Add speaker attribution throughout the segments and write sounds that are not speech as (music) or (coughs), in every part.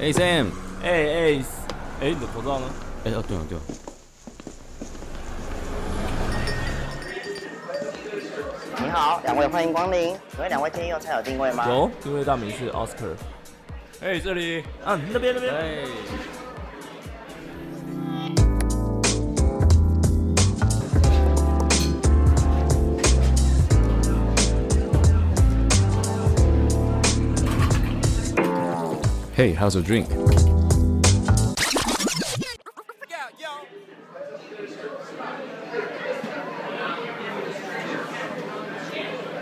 Speaker 1: 哎、Sam，
Speaker 2: 哎哎哎，你的口罩呢？
Speaker 1: 哎、哦对了对了，
Speaker 3: 你好，两位欢迎光临。请问两位今天用餐有定位吗？
Speaker 2: 有，因为大名是 Oscar。哎，这里啊，那边那边。
Speaker 1: 哎，
Speaker 4: Hey, how's your drink?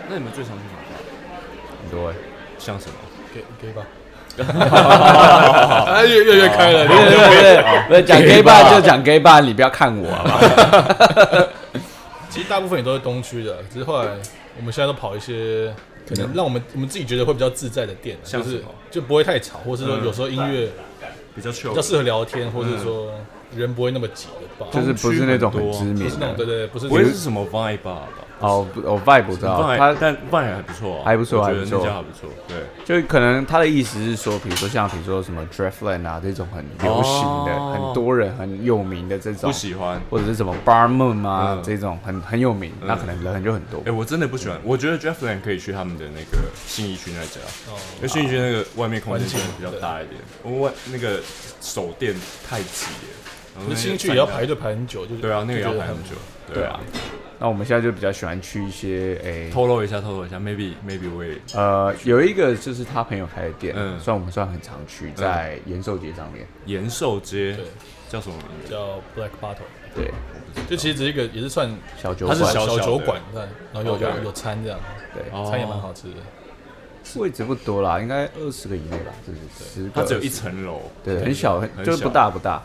Speaker 2: 那你们最常去哪？
Speaker 1: 很多哎、像什么？
Speaker 5: 给给 (laughs) 吧。哎，越越越开了，
Speaker 1: 对
Speaker 5: 越
Speaker 1: 对
Speaker 5: 越
Speaker 1: 对，不
Speaker 5: (laughs)
Speaker 1: 是讲 gay
Speaker 4: gay
Speaker 1: bar
Speaker 4: bar
Speaker 1: 就讲 gay bar，你不要看我好不好？
Speaker 5: 其实大部分也都是东区的，只是后来我们现在都跑一些可能让我们我们自己觉得会比较自在的店啊，就
Speaker 2: 像什
Speaker 5: 是
Speaker 2: 么
Speaker 5: 就不会太吵，或是说有时候音乐
Speaker 2: 比较
Speaker 5: 比
Speaker 2: chill
Speaker 5: 较适合聊天，或是说人不会那么挤的吧，
Speaker 4: 就是不是那种
Speaker 2: 啊
Speaker 4: 很知
Speaker 5: 不
Speaker 4: 名
Speaker 5: 是那种对
Speaker 4: 的。
Speaker 5: 对对，不是
Speaker 2: 不会是什么 Vibe 吧？
Speaker 4: 哦，不我 vibe 不知道，
Speaker 2: Vibe，
Speaker 4: 啊他
Speaker 2: 但 Vibe 还不错啊，
Speaker 4: 还不错
Speaker 2: 我觉
Speaker 4: 还
Speaker 2: 得
Speaker 4: 不错
Speaker 2: 那家还不错。对，
Speaker 4: 就可能他的意思是说，比如说像比如说什么 Draftland 啊这种很流行的、
Speaker 2: 哦
Speaker 4: 很多人很有名的这种
Speaker 2: 不，喜欢。
Speaker 4: 或者是什么 Bar Moon 啊、
Speaker 2: 嗯
Speaker 4: 这种很很有名，那可能人就很多
Speaker 2: 哎、。我真的不喜欢。我觉得 Jeffland 可以去他们的那个信义区那家，
Speaker 5: 哦
Speaker 2: 因为信义区那个外面空间真的比较大一点，我外那个手电太挤了，然后
Speaker 5: 可
Speaker 2: 那
Speaker 5: 是
Speaker 2: 些
Speaker 5: 新区也要
Speaker 2: 站
Speaker 5: 排队排很久，就是
Speaker 2: 对啊，那个也要
Speaker 5: 就觉得
Speaker 2: 排很
Speaker 5: 很
Speaker 2: 久。对
Speaker 4: 对
Speaker 2: 啊
Speaker 4: 啊，，那我们现在就比较喜欢去一些诶。
Speaker 2: 透露一下，透露一下，maybe maybe 我也
Speaker 4: 呃，有一个就是他朋友开的店，
Speaker 2: 嗯
Speaker 4: 算我们算很常去，在延寿街上面。
Speaker 2: 延寿街
Speaker 5: 对
Speaker 2: 叫什么名字？
Speaker 5: 叫 Black Bottle，
Speaker 4: 对，
Speaker 5: 就其实只是一个也是算
Speaker 4: 小酒
Speaker 2: 它
Speaker 4: 馆
Speaker 2: 是小
Speaker 5: 小
Speaker 2: 小
Speaker 5: 酒
Speaker 2: 的
Speaker 5: 馆，对然后有
Speaker 2: OK
Speaker 5: 有有餐这样，
Speaker 4: 对，
Speaker 2: 哦
Speaker 5: 餐也蛮好吃的。
Speaker 4: 位置不多啦，应该二十个以内吧，就是十个。
Speaker 2: 它只有一，层楼。
Speaker 4: 对，很小，
Speaker 2: 很
Speaker 4: 很就是
Speaker 2: 小
Speaker 4: 不大不大，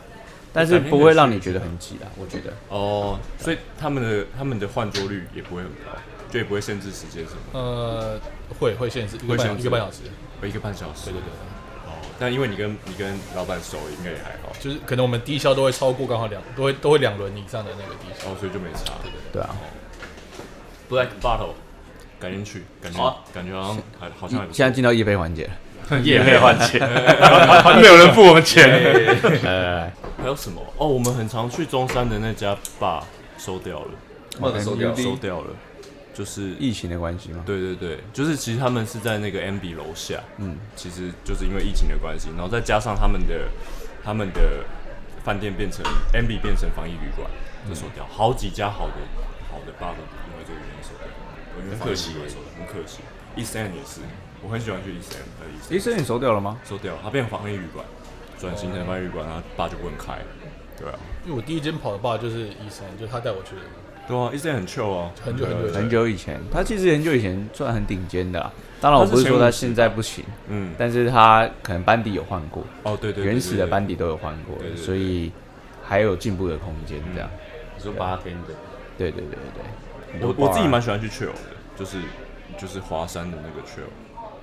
Speaker 4: 但是不会让你觉得很挤啊啦，我觉得。
Speaker 2: 哦，所以他们的他们的换桌率也不会很高，就也不会限制时间什么，
Speaker 5: 呃，会会限制一
Speaker 2: 会
Speaker 5: 个
Speaker 2: 限
Speaker 5: 半
Speaker 2: 制
Speaker 5: 一个半小时，
Speaker 2: 一个半小时。
Speaker 5: 对对对，
Speaker 2: 但因为你跟你跟老板熟，应该也还好，
Speaker 5: 就是可能我们低消都会超过刚好两，都会都会两轮以上的那个低消。
Speaker 2: 哦，所以就没差。
Speaker 4: 对啊，
Speaker 2: Black Bottle，赶紧去，感觉、
Speaker 1: 好啊
Speaker 2: 感觉好像还好像还不
Speaker 4: 现在进到夜杯环节了。
Speaker 2: (laughs) 错。
Speaker 1: 也没换钱，
Speaker 2: 没有人付我们钱。
Speaker 4: 呃，
Speaker 2: 还有什么？哦，我们很常去中山的那家吧，收掉了，
Speaker 4: 帽子收掉
Speaker 2: 收掉了，就是
Speaker 4: 疫情的关系吗？
Speaker 2: 对对对，就是其实他们是在那个 MB 楼下，嗯，其实就是因为疫情的关系，然后再加上他们的他们的饭店变成 MB 变成防疫旅馆，就收掉、好几家好的好的吧，都因为这个原因收掉，因为防疫旅馆收掉，很欸可惜。e a s t End 也是，我很喜欢去 East End 和 East
Speaker 4: 医生，你收掉了吗？
Speaker 2: End，收掉，它变防疫旅馆，转型成防疫旅馆，然后爸就不能开了，哦对啊，
Speaker 5: 因为我第一间跑的吧就是医生，就是他带我去的，
Speaker 2: 对啊，East End 很 chill 啊，
Speaker 5: 很久很久
Speaker 4: 很久以
Speaker 5: 以前
Speaker 4: 前，他其实很久以前算很顶尖的啦。当然，我不是说他现在不行，
Speaker 2: 嗯，
Speaker 4: 但是他可能班底有换过，
Speaker 2: 哦对对对，
Speaker 4: 原始的班
Speaker 2: 底，
Speaker 4: 底都有换过
Speaker 2: 对对，对嗯
Speaker 4: 所以还有进步的空间。这样，
Speaker 1: 你说
Speaker 2: 啊
Speaker 1: 八天的，
Speaker 4: 对对对对对。
Speaker 2: 我我自己蛮喜欢去 chill 的，就是就是华山的那个 chill。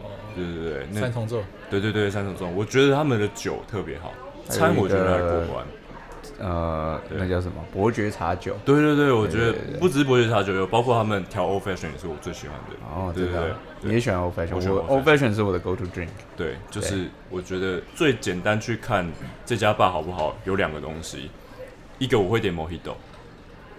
Speaker 5: 哦，
Speaker 2: 对对对，那
Speaker 5: 三重奏
Speaker 2: 对对对，三重奏，我觉得他们的酒特别好，
Speaker 4: 还有
Speaker 2: 餐
Speaker 4: 一个
Speaker 2: 我觉得还过关。
Speaker 4: 呃，那叫什么？伯爵茶酒。
Speaker 2: 对对对，我觉
Speaker 4: 对
Speaker 2: 得
Speaker 4: 对对对
Speaker 2: 不止伯爵茶酒，有包括他们调 old fashion 也是我最喜欢的。
Speaker 4: 哦，
Speaker 2: 对
Speaker 4: 真的啊，
Speaker 2: 对
Speaker 4: 你
Speaker 2: 对
Speaker 4: 也喜欢 old fashion？
Speaker 2: 我喜欢
Speaker 4: 我
Speaker 2: old
Speaker 4: old fashion 是我的 go to drink。
Speaker 2: 对，就是我觉得最简单去看这家吧好不好，有两个东西，一个我会点 mojito，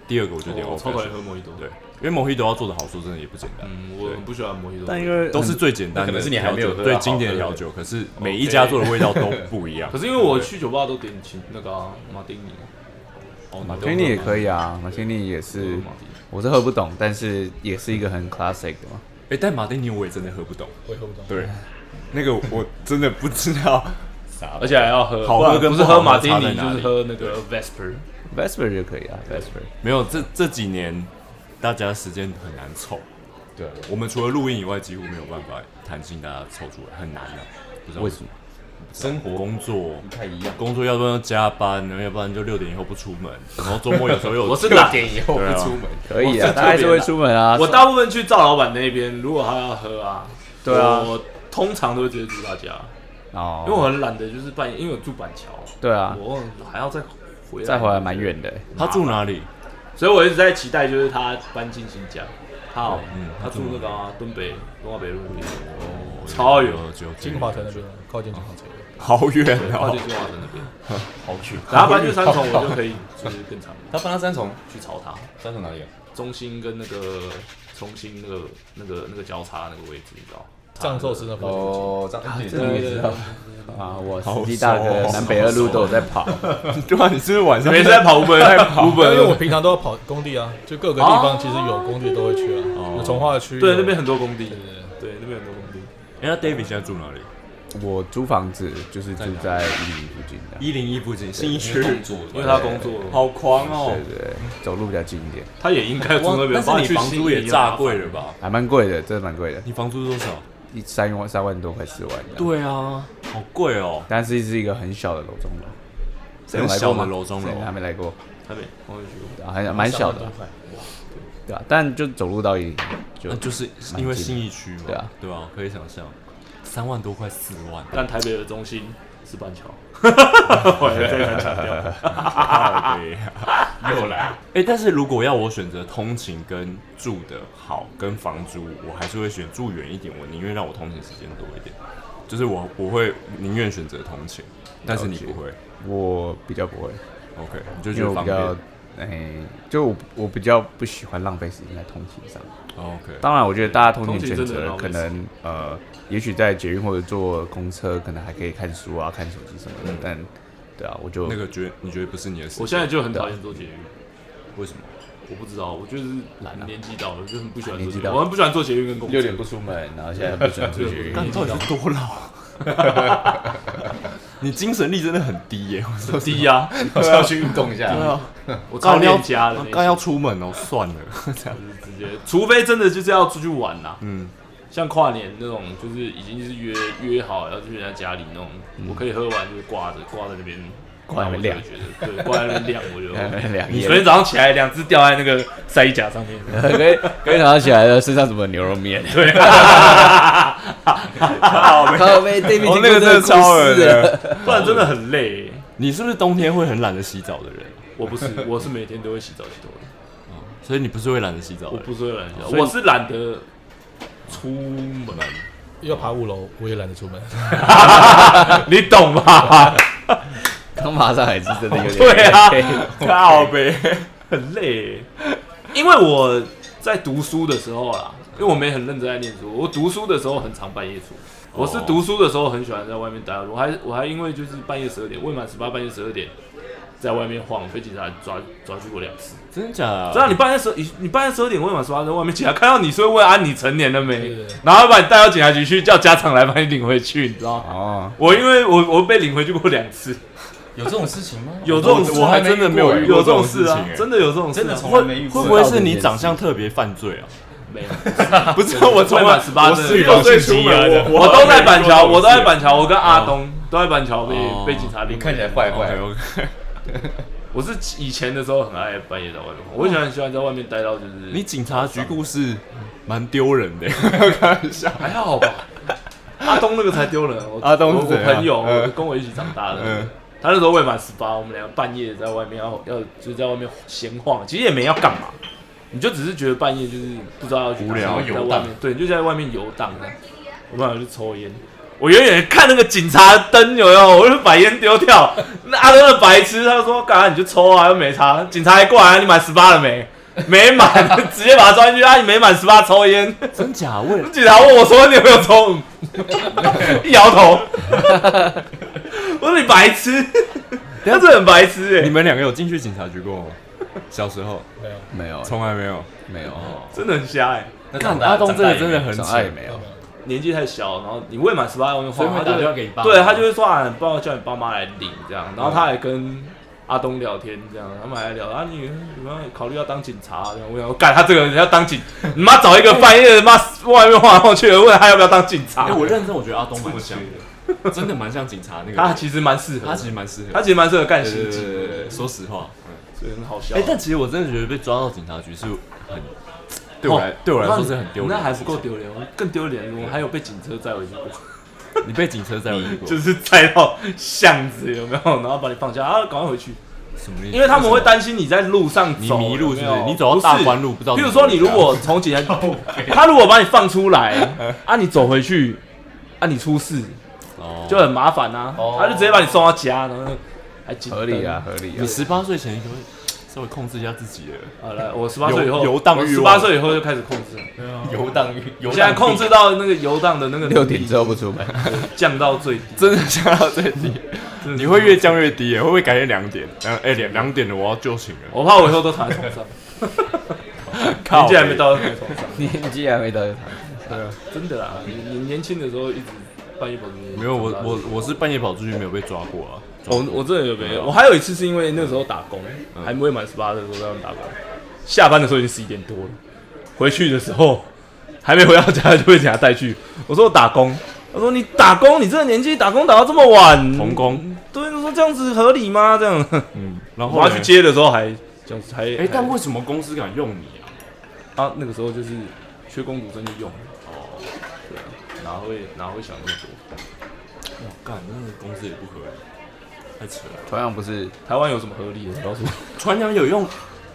Speaker 2: 第二个我就点
Speaker 5: 哦
Speaker 2: old
Speaker 6: 超讨厌喝
Speaker 2: fashion。
Speaker 6: 莫吉多。
Speaker 2: 哦对，，因为 mojito 要做的好，说真的也不简单。
Speaker 6: 嗯，我很不喜欢莫吉多。
Speaker 2: (laughs)
Speaker 4: 为
Speaker 2: 都是最简单
Speaker 1: 那可
Speaker 2: 的
Speaker 1: 能是你还
Speaker 2: 调
Speaker 1: 没有
Speaker 2: 酒，
Speaker 1: 喝到
Speaker 2: 对
Speaker 1: 好
Speaker 2: 经典的
Speaker 1: 喝
Speaker 2: 调
Speaker 1: 的
Speaker 2: 酒，可是每一家做的味道都不一样。
Speaker 6: (laughs) 可是因为我去酒吧都点请那个啊马丁尼，
Speaker 2: 哦
Speaker 4: 马
Speaker 2: 你
Speaker 4: 天尼也可以啊，马天尼也是，我是喝不懂，但是也是一个很 classic 的嘛。
Speaker 2: 哎，但马丁尼我也真的喝不懂。
Speaker 5: 我也喝不懂，
Speaker 2: 对，那个我真的不知 (laughs) 道。
Speaker 6: 而且还要喝，
Speaker 2: 好喝
Speaker 6: 不然
Speaker 2: 跟
Speaker 6: 不是
Speaker 2: 不好
Speaker 6: 喝
Speaker 2: 喝
Speaker 6: 马丁
Speaker 2: 差在
Speaker 6: 尼，
Speaker 2: 哪
Speaker 6: 就
Speaker 2: 里
Speaker 6: 是喝那个 Vesper。
Speaker 4: Vesper 就可以啊，Vesper。
Speaker 2: 没有，这这几年大家时间很难凑。对，我们除了录音以外，几乎没有办法弹性大家凑出来，很难的、不知道为什么。生活、工作
Speaker 1: 不太一样。
Speaker 2: 工作，要不然要加班，然后要不然就六点以后不出门，然后周末有时候又有
Speaker 6: 我是懒，
Speaker 1: 以后
Speaker 2: 对啊
Speaker 1: 门，
Speaker 4: 可以
Speaker 6: 我是
Speaker 4: 啊，
Speaker 6: 特别
Speaker 4: 他还是会出门啊。
Speaker 6: 我大部分去赵老板那边，如果他要喝啊，
Speaker 4: 对啊
Speaker 6: 我通常都会直接住他家，
Speaker 4: 哦，
Speaker 6: 因为我很懒得，就是半夜，因为我住板桥，
Speaker 4: 对啊，
Speaker 6: 我还要再回来，
Speaker 4: 再回来蛮远的欸。
Speaker 2: 他住哪里？
Speaker 6: 所以我一直在期待，就是他搬进新家。他哦
Speaker 2: 嗯，
Speaker 6: 他住那个啊，敦北东华北路那边，超远
Speaker 2: 有有
Speaker 5: 金华城那边，靠近金华城那边。
Speaker 2: 哦好远
Speaker 6: 靠
Speaker 2: 哦
Speaker 6: 近，金华城那边，
Speaker 1: 好去，
Speaker 6: 然后搬去三重，我就可以就是更长
Speaker 1: 他搬到三重，
Speaker 6: 去朝它
Speaker 1: 三重哪里啊？
Speaker 6: 中心跟那个中心那个那个那个交叉那个位置，你知道吗？
Speaker 5: 藏寿司那附近，
Speaker 1: 哦，这样
Speaker 4: 这你也知道啊？我
Speaker 2: 好
Speaker 4: 司机大
Speaker 2: 熟
Speaker 4: 哥
Speaker 2: 哦
Speaker 4: 南北二路都有在跑，
Speaker 2: 对啊，你是不是晚上
Speaker 6: 每次在跑 Uber，在跑
Speaker 5: 对啊因为我
Speaker 6: Uber，
Speaker 5: 平常都要跑工地啊，就各个地
Speaker 1: 哦
Speaker 5: 方其实有工地都会去啊，有从化区，
Speaker 6: 对，
Speaker 5: 有
Speaker 6: 那边很多工地，
Speaker 5: 对
Speaker 6: 对，那边很多工地。
Speaker 2: 哎，那 David 现在住哪里？
Speaker 4: 我租房子就是住在伊犁附近的，
Speaker 2: 一零一附近，新一区。
Speaker 6: 因为他工作，
Speaker 2: 好狂哦
Speaker 4: 对！对对，走路比较近一点，
Speaker 6: 他也应该住那边，
Speaker 2: 但是
Speaker 6: 帮
Speaker 2: 你
Speaker 6: 去啊
Speaker 2: 房租也炸贵了吧？
Speaker 4: 还蛮贵的，真的蛮贵的，
Speaker 2: 你房租多少？
Speaker 4: 一三万三万多快四万的，
Speaker 2: 对啊，好贵哦！
Speaker 4: 但是是一个很小的楼中楼，
Speaker 2: 很
Speaker 4: 有来过
Speaker 2: 小
Speaker 4: 吗
Speaker 2: 的楼中
Speaker 4: 谁还
Speaker 2: 楼，
Speaker 4: 没来过，
Speaker 6: 台北，我也去过。
Speaker 4: 啊还蛮小的，对吧？但就走路到伊犁，就
Speaker 2: 那啊就是因为新一区嘛，
Speaker 4: 对啊，
Speaker 2: 对啊，可以想象，三万多块四万，
Speaker 6: 但台北的中心是板桥，我还在强调，
Speaker 2: (laughs)
Speaker 6: 又来，
Speaker 2: 哎、但是如果要我选择通勤跟住的好跟房租，我还是会选住远一点，我宁愿让我通勤时间多一点。就是我我会宁愿选择通勤，但是你不会
Speaker 4: 我比较不会，
Speaker 2: ，OK，你就
Speaker 4: 因
Speaker 2: 觉
Speaker 4: 为
Speaker 2: 得
Speaker 4: 我
Speaker 2: 方
Speaker 4: 比
Speaker 2: 便
Speaker 4: 较，哎、就我我比较不喜欢浪费时间在通勤上。
Speaker 2: 哦，OK，
Speaker 4: 当然，我觉得大家通勤选
Speaker 6: 通勤真的
Speaker 4: 择
Speaker 6: 很浪
Speaker 4: 可
Speaker 6: 费时间
Speaker 4: 能呃，也许在捷运或者坐公车，可能还可以看书啊、看手机什么的。但对啊，我就
Speaker 2: 那个觉你觉得不是你的事，
Speaker 6: 我现在就很讨厌做捷运，
Speaker 2: 为什么？
Speaker 6: 我不知道，我就是年纪到了，就很不喜欢做
Speaker 4: 年
Speaker 6: 捷
Speaker 4: 纪
Speaker 6: 运，
Speaker 4: 到了
Speaker 6: 我很不喜欢做捷运跟公车。
Speaker 4: 不出门，然后现在不喜欢出去
Speaker 2: 你到底是多老？ (laughs) 你精神力真的很低耶、我说
Speaker 6: 低呀，
Speaker 1: 要去运动一下。
Speaker 6: 啊我超恋家的那一种，
Speaker 2: 啊刚要出门哦，算了，这样
Speaker 6: 直接，除非真的就是要出去玩啦，
Speaker 2: 嗯，
Speaker 6: 像跨年那种，就是已经是约约好要去人家家里那种，我可以喝完就挂着挂在那边，
Speaker 4: 挂在那
Speaker 6: 我
Speaker 4: 边
Speaker 6: 就
Speaker 4: 晾
Speaker 6: 会觉得对，挂在那边晾，我就
Speaker 4: 两
Speaker 6: 你
Speaker 4: 夜
Speaker 6: 昨。天早上起来，两只掉在那个晒衣架上面，
Speaker 4: 可以可以想到起来了，身上怎么有牛肉面？对，咖啡 David
Speaker 2: 哦
Speaker 4: 经，
Speaker 2: 那
Speaker 4: 过
Speaker 2: 个真的
Speaker 4: 这
Speaker 2: 超
Speaker 4: 故
Speaker 2: 恶
Speaker 4: 事了。
Speaker 2: 的。
Speaker 6: (laughs) 不然真的很累耶。
Speaker 2: (laughs) 你是不是冬天会很懒得洗澡的人？
Speaker 6: 我不是，我是每天都会洗澡洗头的，
Speaker 2: 所以你不是会懒得洗澡
Speaker 6: 我
Speaker 2: 的人？
Speaker 6: 不是会懒得洗
Speaker 2: 所
Speaker 6: 澡，
Speaker 2: 以
Speaker 6: 我是懒得出门，
Speaker 5: 要爬五楼，我也懒得出门。
Speaker 6: (laughs) 你懂吧？
Speaker 4: 刚爬上来是真的有点
Speaker 6: 对啊 (laughs)
Speaker 4: 累， (laughs)
Speaker 6: 靠呗，很累耶。因为我在读书的时候啦，因为我没很认真在念书，我读书的时候很常半夜出。我是读书的时候很喜欢在外面待，我还我还因为就是半夜十二点未满十八半夜十二点在外面晃，被警察抓抓去过两次。
Speaker 2: 真的假的？
Speaker 6: 知道你半夜十你你半夜十二点未满十八在外面警察看到你是会问啊你成年了没
Speaker 5: 是，
Speaker 6: 然后把你带到警察局去，叫家长来把你领回去，你知道吗？
Speaker 4: 哦，
Speaker 6: 我因为我我被领回去过两次，
Speaker 1: 有这种事情
Speaker 5: (laughs)
Speaker 1: 吗？
Speaker 6: 有这种事
Speaker 2: 我还真的没有遇过这
Speaker 6: 有这
Speaker 2: 种
Speaker 6: 种
Speaker 2: 事
Speaker 6: 事
Speaker 2: 情
Speaker 6: 啊，
Speaker 2: 欸
Speaker 6: 真的有这种事啊，
Speaker 1: 真的从
Speaker 6: 会
Speaker 1: 来没遇过
Speaker 2: 会不会是你长相特别犯罪啊？
Speaker 6: 没 (laughs) 有，
Speaker 2: 不是，我从
Speaker 6: 未
Speaker 2: 来
Speaker 6: 满十八
Speaker 2: 我
Speaker 6: 真的
Speaker 2: 十六岁出门，
Speaker 6: 我都在板桥，我都在板桥，我跟阿东都在板桥被
Speaker 2: 哦
Speaker 6: 被警察领回去。
Speaker 1: 看起来坏坏
Speaker 2: OK，OK。
Speaker 6: 我是以前的时候很爱半夜在外面，我喜欢喜欢在外面待到就是
Speaker 2: (laughs) 你警察局故事蛮丢人的，开玩笑。
Speaker 6: 还好吧？阿东那个才丢人，我
Speaker 2: 阿东是
Speaker 6: 我我
Speaker 2: 怎样
Speaker 6: 朋友
Speaker 2: 嗯
Speaker 6: 跟我一起长大的
Speaker 2: 嗯，
Speaker 6: 他那时候未满十八，我们两个半夜在外面要要就是在外面闲晃，其实也没要干嘛，你就只是觉得半夜就是不知道要去哪
Speaker 2: 无聊
Speaker 6: 在
Speaker 1: 游
Speaker 6: 外
Speaker 1: 荡
Speaker 6: 面，对，你就在外面游荡，啊我们俩就抽烟。我远远看那个警察灯有没有，我就把烟丢掉。那阿东的白痴，他说：“干嘛你就抽啊，又没差。”警察还过来，你满十八了没？没满， (laughs) 直接把他抓进去。啊，你没满十八抽烟。
Speaker 2: 真假？为了
Speaker 6: 警察问我说：“你有没有抽？”
Speaker 2: (laughs)
Speaker 6: 一摇头，我说：“你白痴，他真的很白痴哎、
Speaker 2: 你们两个有进去警察局过吗？小时候
Speaker 5: 没有，
Speaker 4: 没有
Speaker 2: 从来没有。
Speaker 4: 没有，
Speaker 6: 真的很瞎哎、
Speaker 1: 那
Speaker 2: 看
Speaker 1: 长大
Speaker 2: 阿东这个真的很
Speaker 4: 长
Speaker 2: 扯
Speaker 4: 大也没有，
Speaker 6: 年纪太小，然后你未满十八，用
Speaker 1: 所以
Speaker 6: 晃，
Speaker 1: 会
Speaker 6: 他
Speaker 1: 打
Speaker 6: 就
Speaker 1: 电话给你爸妈
Speaker 6: 对他就会说啊，帮我叫你爸妈来领这样，然后他还跟阿东聊天这样，他们还聊啊，你有没有考虑要当警察这样？我想，我哦干他这个人要当警，你妈找一个半夜的妈外面晃来晃去的，问他要不要当警察
Speaker 2: 哎，，我认真，我觉得阿东蛮像的，真的蛮像警察那
Speaker 6: 他
Speaker 2: 个。
Speaker 6: 其实蛮适合
Speaker 2: 他，其实蛮适合的。
Speaker 6: 他其实嗯蛮适合干
Speaker 2: 对
Speaker 6: 刑
Speaker 2: 对对
Speaker 6: 警
Speaker 2: 对
Speaker 6: 的，
Speaker 2: 对对，说实话。
Speaker 6: 所以很好笑
Speaker 2: 哎、。但其实我真的觉得被抓到警察局是很，对我来、对我来说是很丢脸。
Speaker 6: 哦那还不够，丢脸，我更丢脸，我还有被警车载回去
Speaker 2: (laughs)
Speaker 6: 过，
Speaker 2: 你被警车载回去过，
Speaker 6: 就是载到巷子有没有？然后把你放下啊，赶快回去，
Speaker 2: 什么意思？
Speaker 6: 因为他们会担心你在路上
Speaker 2: 你
Speaker 6: 走
Speaker 2: 迷路是不
Speaker 6: 有没
Speaker 2: 是？
Speaker 6: 有
Speaker 2: 你走到大关路不知道。 (laughs)
Speaker 6: 譬如说，你如果从警察，他如果把你放出来，啊，你走回去，啊你出事
Speaker 2: 哦，
Speaker 6: 就很麻烦呐、啊，
Speaker 1: 哦
Speaker 6: 他就直接把你送到家，然后还紧
Speaker 4: 合理啊，，合理啊
Speaker 2: 你。十八岁前就会稍微控制一下自己了。
Speaker 6: 好了，我十八岁以后
Speaker 2: 游游荡欲望
Speaker 6: 十八岁以后就开始控制了，
Speaker 2: 嗯
Speaker 1: 游荡欲，游
Speaker 6: 我现
Speaker 1: 荡
Speaker 6: 在
Speaker 1: 欲
Speaker 6: 控制到那个游荡的
Speaker 2: (laughs)
Speaker 6: 那个
Speaker 4: 六点之后不出门，
Speaker 6: 降到最低，
Speaker 2: 真的降到最低， (laughs) 你会越降越低耶，会不会改天两点？然后哎两两点了，我要就寝了。
Speaker 6: 我怕我以后都躺在
Speaker 2: (laughs)
Speaker 6: 床上，
Speaker 2: 靠
Speaker 6: 年纪还没到就躺在床上，
Speaker 4: 年纪还没到就躺。
Speaker 6: 真的啊啦，你你年轻的时候一直半夜跑出去，
Speaker 2: 没有我我我是半夜跑出去没有被抓过啊。
Speaker 6: 我哦我真的有没有？嗯我还有一次是因为那时候打工，还没满十八的时候在外面打工，下班的时候已经十一点多了，回去的时候 (laughs) 还没回到家就被人家带去。我说我打工，他说你打工，你这个年纪打工打到这么晚，
Speaker 2: 童工，
Speaker 6: 对，他说这样子合理吗？这样，
Speaker 2: 嗯，然后
Speaker 6: 我要去
Speaker 2: 嘞。
Speaker 6: 接的时候还这样子还
Speaker 2: 哎、但为什么公司敢用你啊？
Speaker 6: 啊那个时候就是缺工读生就用，哦，对啊，哪会哪会想那么多？
Speaker 2: 我干，那个公司也不合理，太扯了。
Speaker 4: 同样不是
Speaker 6: 台湾有什么合理的？你告 (laughs) 诉我。
Speaker 2: 船长有用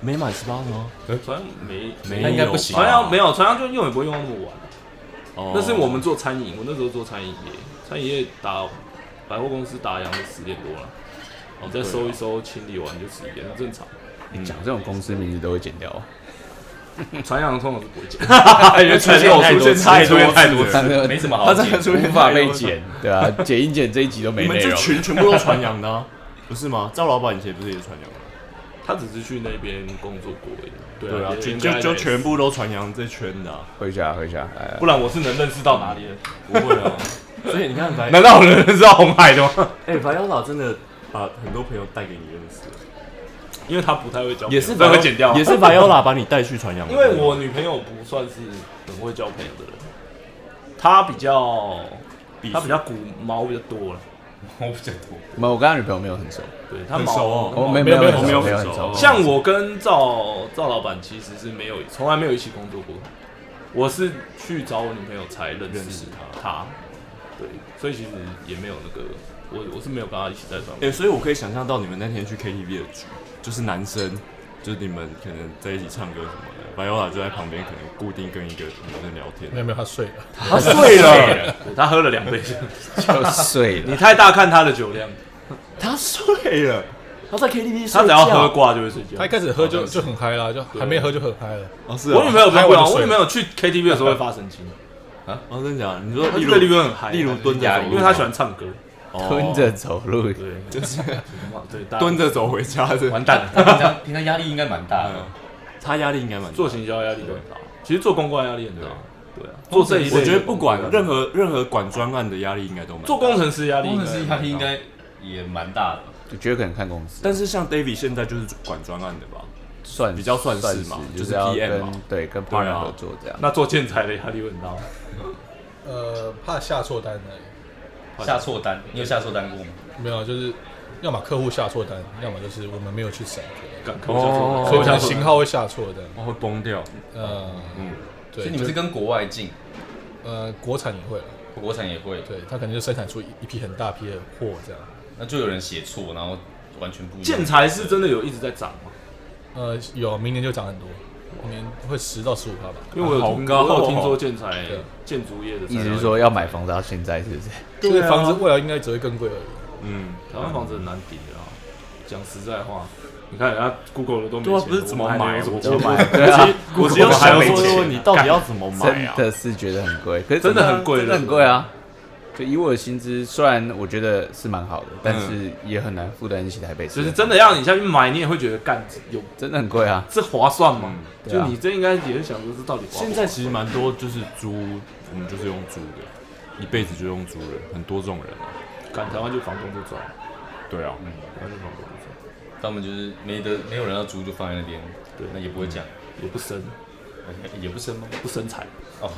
Speaker 2: 没满十八的吗？
Speaker 6: 船没
Speaker 2: 没
Speaker 1: 那应该不
Speaker 2: 有
Speaker 1: 行
Speaker 2: 吧
Speaker 6: 船上没有，船上就用也不会用到那么晚。
Speaker 2: 哦
Speaker 6: 那是我们做餐饮，我那时候做餐饮业，餐饮业打百货公司打烊是十点多了，我再收一收，清理完就十一点，很正常。
Speaker 4: 你讲这种公司名字都会剪掉哦，
Speaker 6: (laughs) 传扬通常是不会讲，
Speaker 2: 因为
Speaker 6: 船长出现太多次了
Speaker 2: 了，
Speaker 1: 没什么好解，
Speaker 4: 无法被剪，对啊，剪一剪这一集都
Speaker 2: 你
Speaker 4: 没
Speaker 2: 们
Speaker 4: 内
Speaker 2: 这
Speaker 4: 容。
Speaker 2: 群全部都传扬的、啊， (laughs) 不是吗？赵老板以前不是也是传扬的？
Speaker 6: (laughs) 他只是去那边工作过而已。
Speaker 2: 对
Speaker 6: 对
Speaker 2: 啊，
Speaker 6: 啊，
Speaker 2: 就
Speaker 6: 应
Speaker 2: 就
Speaker 6: 该
Speaker 2: 就全部都传扬这圈的啊、
Speaker 4: 回一下，回一下，哎，
Speaker 6: 不然我是能认识到哪里的？
Speaker 2: 不会啊。所以你看白，
Speaker 6: 难道我能认识到红海的吗？
Speaker 2: 哎、白妖岛真的把很多朋友带给你认识，
Speaker 6: 因为他不太会交朋友，
Speaker 2: 也是
Speaker 6: 这会剪掉，啊
Speaker 2: 也是白妖岛把你带去传扬的。
Speaker 6: 因为我女朋友不算是很会交朋友的人，她比较
Speaker 2: 比
Speaker 6: 她比较骨毛比较多了，
Speaker 1: 我不觉得多
Speaker 4: 哎没有，我跟他女朋友没有很熟，
Speaker 6: 对她
Speaker 2: 很
Speaker 6: 毛
Speaker 2: 熟哦
Speaker 4: 我没
Speaker 5: 没有
Speaker 4: 没有很
Speaker 5: 没
Speaker 4: 熟
Speaker 5: 有
Speaker 4: 没有
Speaker 2: 很
Speaker 4: 很
Speaker 2: 熟
Speaker 4: 熟，
Speaker 6: 像我跟赵赵老板其实是没有，从来没有一起工作过。我是去找我女朋友才认
Speaker 2: 认识
Speaker 6: 识她，她对，所以其实也没有那个，我我是没有跟她一起在上
Speaker 2: 哎、
Speaker 6: 面。
Speaker 2: 所以我可以想象到你们那天去 KTV 的局，就是男生，就是你们可能在一起唱歌什么的，白优拉就在旁边，可能固定跟一个女生聊天
Speaker 5: 没。有没有，他睡了。
Speaker 2: 他睡
Speaker 6: (laughs)
Speaker 2: 了，
Speaker 6: 对她喝了两杯，
Speaker 4: 就睡
Speaker 6: (laughs) 你
Speaker 4: 了。
Speaker 6: 太大看她的酒量，
Speaker 2: 他睡了，他在 KTV 睡觉。
Speaker 6: 她只要喝挂就会睡觉
Speaker 5: 他一。开始喝
Speaker 1: 哦
Speaker 5: 就就很嗨啦，就还没喝就很嗨了。
Speaker 2: 哦，是啊
Speaker 6: 我女朋友不
Speaker 5: 嗨
Speaker 6: 会啊，
Speaker 5: 完就睡
Speaker 6: 我女朋友去 KTV 的时候会发神经，
Speaker 2: 哦，真的假的？你说
Speaker 6: 她
Speaker 2: 例
Speaker 6: 去
Speaker 2: 如
Speaker 6: KTV 很嗨，
Speaker 2: 例如蹲
Speaker 1: 压
Speaker 2: 着
Speaker 1: 力
Speaker 2: 走路，
Speaker 6: 因为她喜欢
Speaker 2: (laughs)
Speaker 6: 唱歌，
Speaker 2: 哦
Speaker 4: 蹲着走路，
Speaker 6: 对，就是
Speaker 2: (laughs)
Speaker 6: 对大家
Speaker 2: 蹲着走回家的，
Speaker 6: 完蛋了。
Speaker 1: 平常平常压力应该蛮大的
Speaker 2: 嗯，他压力应该蛮大
Speaker 6: 做行销压力都很大，其实做公关压力很大，对啊，
Speaker 2: 做
Speaker 6: 做这一类的
Speaker 2: 我觉得不管
Speaker 6: 公关
Speaker 2: 任何任何管专案的压力应该都蛮大
Speaker 6: 做工程师压力，
Speaker 1: 工程哦师压力应该也蛮大的。
Speaker 4: 我觉得可能看公司，
Speaker 2: 但是像 David 现在就是管专案的吧？
Speaker 4: 算
Speaker 2: 比较算是
Speaker 4: 算
Speaker 2: 嘛就是
Speaker 4: 是要
Speaker 2: PM
Speaker 4: 跟
Speaker 2: 嘛
Speaker 4: 对跟朋
Speaker 2: 对
Speaker 4: 友
Speaker 2: 啊
Speaker 4: 合作这样。
Speaker 6: 那做建材的压力会很大。
Speaker 5: 呃，怕下错单而
Speaker 1: 下错单，你有下错单过吗？
Speaker 5: 已，没有，啊就是要么客户下错单，要么就是我们没有去审，
Speaker 6: 敢客户下错
Speaker 2: 哦
Speaker 6: 单，客
Speaker 5: 所以我
Speaker 6: 户
Speaker 5: 想
Speaker 6: 下错
Speaker 5: 型
Speaker 6: 单，
Speaker 5: 号会下错单。
Speaker 2: 我会崩掉。
Speaker 5: 呃，
Speaker 2: 嗯，
Speaker 5: 对，
Speaker 1: 哦所以你们是
Speaker 5: 就
Speaker 1: 跟国外进，
Speaker 5: 呃国产也会了，
Speaker 1: 国产也会，
Speaker 5: 对他可能就生产出一一批很大批的货这样。
Speaker 1: 那就有人写错，然后完全不一样。
Speaker 6: 建材是真的有一直在涨吗？
Speaker 5: 呃，有明年就涨很多，明年会十到十五趴吧。
Speaker 6: 因为我有
Speaker 2: 好
Speaker 6: 听，
Speaker 2: 高哦啊
Speaker 6: 我有听说建材
Speaker 5: 对
Speaker 6: 建筑业的，
Speaker 4: 意思是，说要买房子到现在是不是？
Speaker 5: 就是房子未来应该只会更贵而已。
Speaker 2: 嗯，
Speaker 6: 台湾房子很难抵的啊。讲实在话，你看人家 Google 的都没
Speaker 2: 对
Speaker 6: 钱
Speaker 2: 啊，，不是怎么买，
Speaker 6: 我
Speaker 2: 我
Speaker 6: 怎么
Speaker 2: 买
Speaker 6: 买？，
Speaker 2: 对啊，我只有
Speaker 6: 我还
Speaker 2: 想
Speaker 6: 没
Speaker 2: 说
Speaker 6: 钱
Speaker 2: 说你到底要怎么买
Speaker 4: 真
Speaker 2: 啊？
Speaker 4: 的是觉得很贵，可是
Speaker 6: 真的很贵
Speaker 4: 真的
Speaker 6: 了
Speaker 4: 很贵啊！就以我的薪资，虽然我觉得是蛮好的，但是
Speaker 2: 嗯
Speaker 4: 也很难负担得起台北市，
Speaker 6: 就是真的要你下去买，你也会觉得干有
Speaker 4: 真的很贵啊！
Speaker 6: 这划算吗？
Speaker 4: 对
Speaker 6: 就
Speaker 4: 啊
Speaker 6: 你这应该也是想说这到底划不划算
Speaker 2: 现在其实蛮多就是租，我们就是用租的，一辈子就用租的，很多这种人啊。
Speaker 6: 赶台湾就房东就赚，
Speaker 2: 对啊，
Speaker 6: 台湾就房东就赚，
Speaker 1: 他们就是没得没有人要租就放在那边，对，那也不会讲，
Speaker 6: 也不生
Speaker 1: 也不生吗？
Speaker 6: 不生产，
Speaker 1: 哦，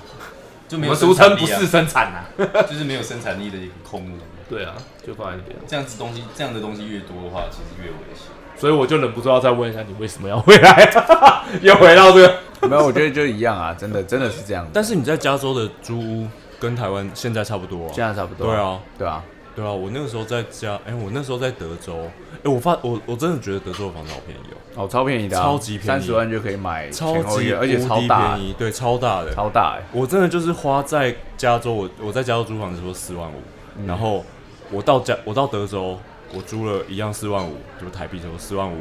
Speaker 1: 就
Speaker 6: 我们
Speaker 1: 没有
Speaker 6: 俗
Speaker 1: 生
Speaker 6: 称
Speaker 1: 产
Speaker 6: 不
Speaker 1: 力啊
Speaker 6: 是，生产啊。
Speaker 1: 就是没有生产力的一个空屋。
Speaker 6: (laughs) 对啊，就放在那边。
Speaker 1: 这样子东西，这样的东西越多的话，其实越危险。
Speaker 6: 所以我就忍不住要再问一下，你为什么要回来？ (laughs) 又回到这个，
Speaker 4: 没有，我觉得就一样啊， (laughs) 真的真的是这样，
Speaker 2: 但是你在加州的租屋跟台湾现在差不多啊
Speaker 4: 这。样差不多，
Speaker 2: 对啊，
Speaker 4: 对啊，
Speaker 2: 对啊，我那个时候在家，哎、我那时候在德州，哎、我发我我真的觉得德州的房子好便宜哦、
Speaker 4: 哦，超便宜的啊、
Speaker 2: 超级便宜
Speaker 4: 三十万就可以买
Speaker 2: 超
Speaker 4: 前后
Speaker 2: 级
Speaker 4: 院，而且
Speaker 2: 无
Speaker 4: 超
Speaker 2: 敌
Speaker 4: 大
Speaker 2: 便，宜，对，超大的，
Speaker 4: 超大、欸，
Speaker 2: 我真的就是花在加州，我我在加州租房子说四万五、
Speaker 4: 嗯
Speaker 2: 然后我到加我到德州，我租了一样四万五，就是台币说四万五，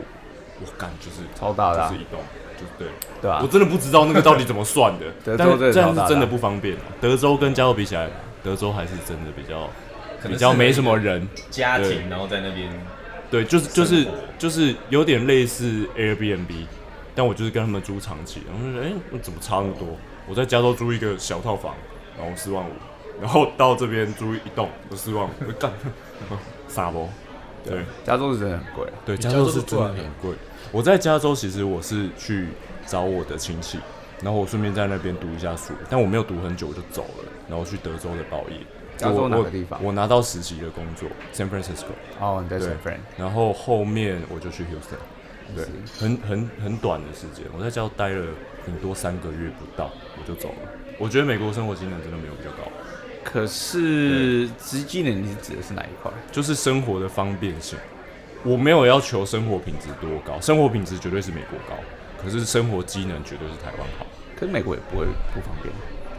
Speaker 2: 我干就是
Speaker 4: 超大的啊
Speaker 2: 就是一栋，就是对，
Speaker 4: 对吧、
Speaker 2: 我真的不知道那个到底怎么算的，
Speaker 4: (laughs) 德州
Speaker 2: 但
Speaker 4: 真的
Speaker 2: 这样
Speaker 4: 超大
Speaker 2: 是
Speaker 4: 的啊
Speaker 2: 真的不方便、啊德州跟加州比起来，德州还是真的比较
Speaker 1: 可能
Speaker 2: 比较
Speaker 1: 是
Speaker 2: 没什么人，
Speaker 1: 家
Speaker 2: 对
Speaker 1: 庭，然后在那边
Speaker 2: 对，就是就是
Speaker 1: 生活
Speaker 2: 就是有点类似 Airbnb，但我就是跟他们租长期，然后就觉得哎、我怎么差那么多？我在加州租一个小套房，然后四万五，然后到这边租一栋，我四万五，我干，傻不？对
Speaker 4: 加州是真的很贵啊、
Speaker 2: 对，
Speaker 5: 加
Speaker 2: 加
Speaker 5: 州
Speaker 2: 州
Speaker 5: 是
Speaker 2: 是真的很贵。我在加州其实我是去找我的亲戚，然后我顺便在那边读一下书，但我没有读很久我就走了，然后去德州的报业。
Speaker 4: 加州
Speaker 2: 我
Speaker 4: 哪个
Speaker 2: 我
Speaker 4: 地方
Speaker 2: 我拿到实习的工作，San Francisco。
Speaker 4: 哦，你在
Speaker 2: 对
Speaker 4: San Fran，
Speaker 2: 然后后面我就去 Houston，对，很很很短的时间，我在家待了顶多三个月不到，我就走了。我觉得美国生活技能真的没有比较高，
Speaker 4: 可是实际能力指的是哪一块？
Speaker 2: 就是生活的方便性。我没有要求生活品质多高，生活品质绝对是美国高，可是生活机能绝对是台湾好。
Speaker 4: 可是美国也不会不方便，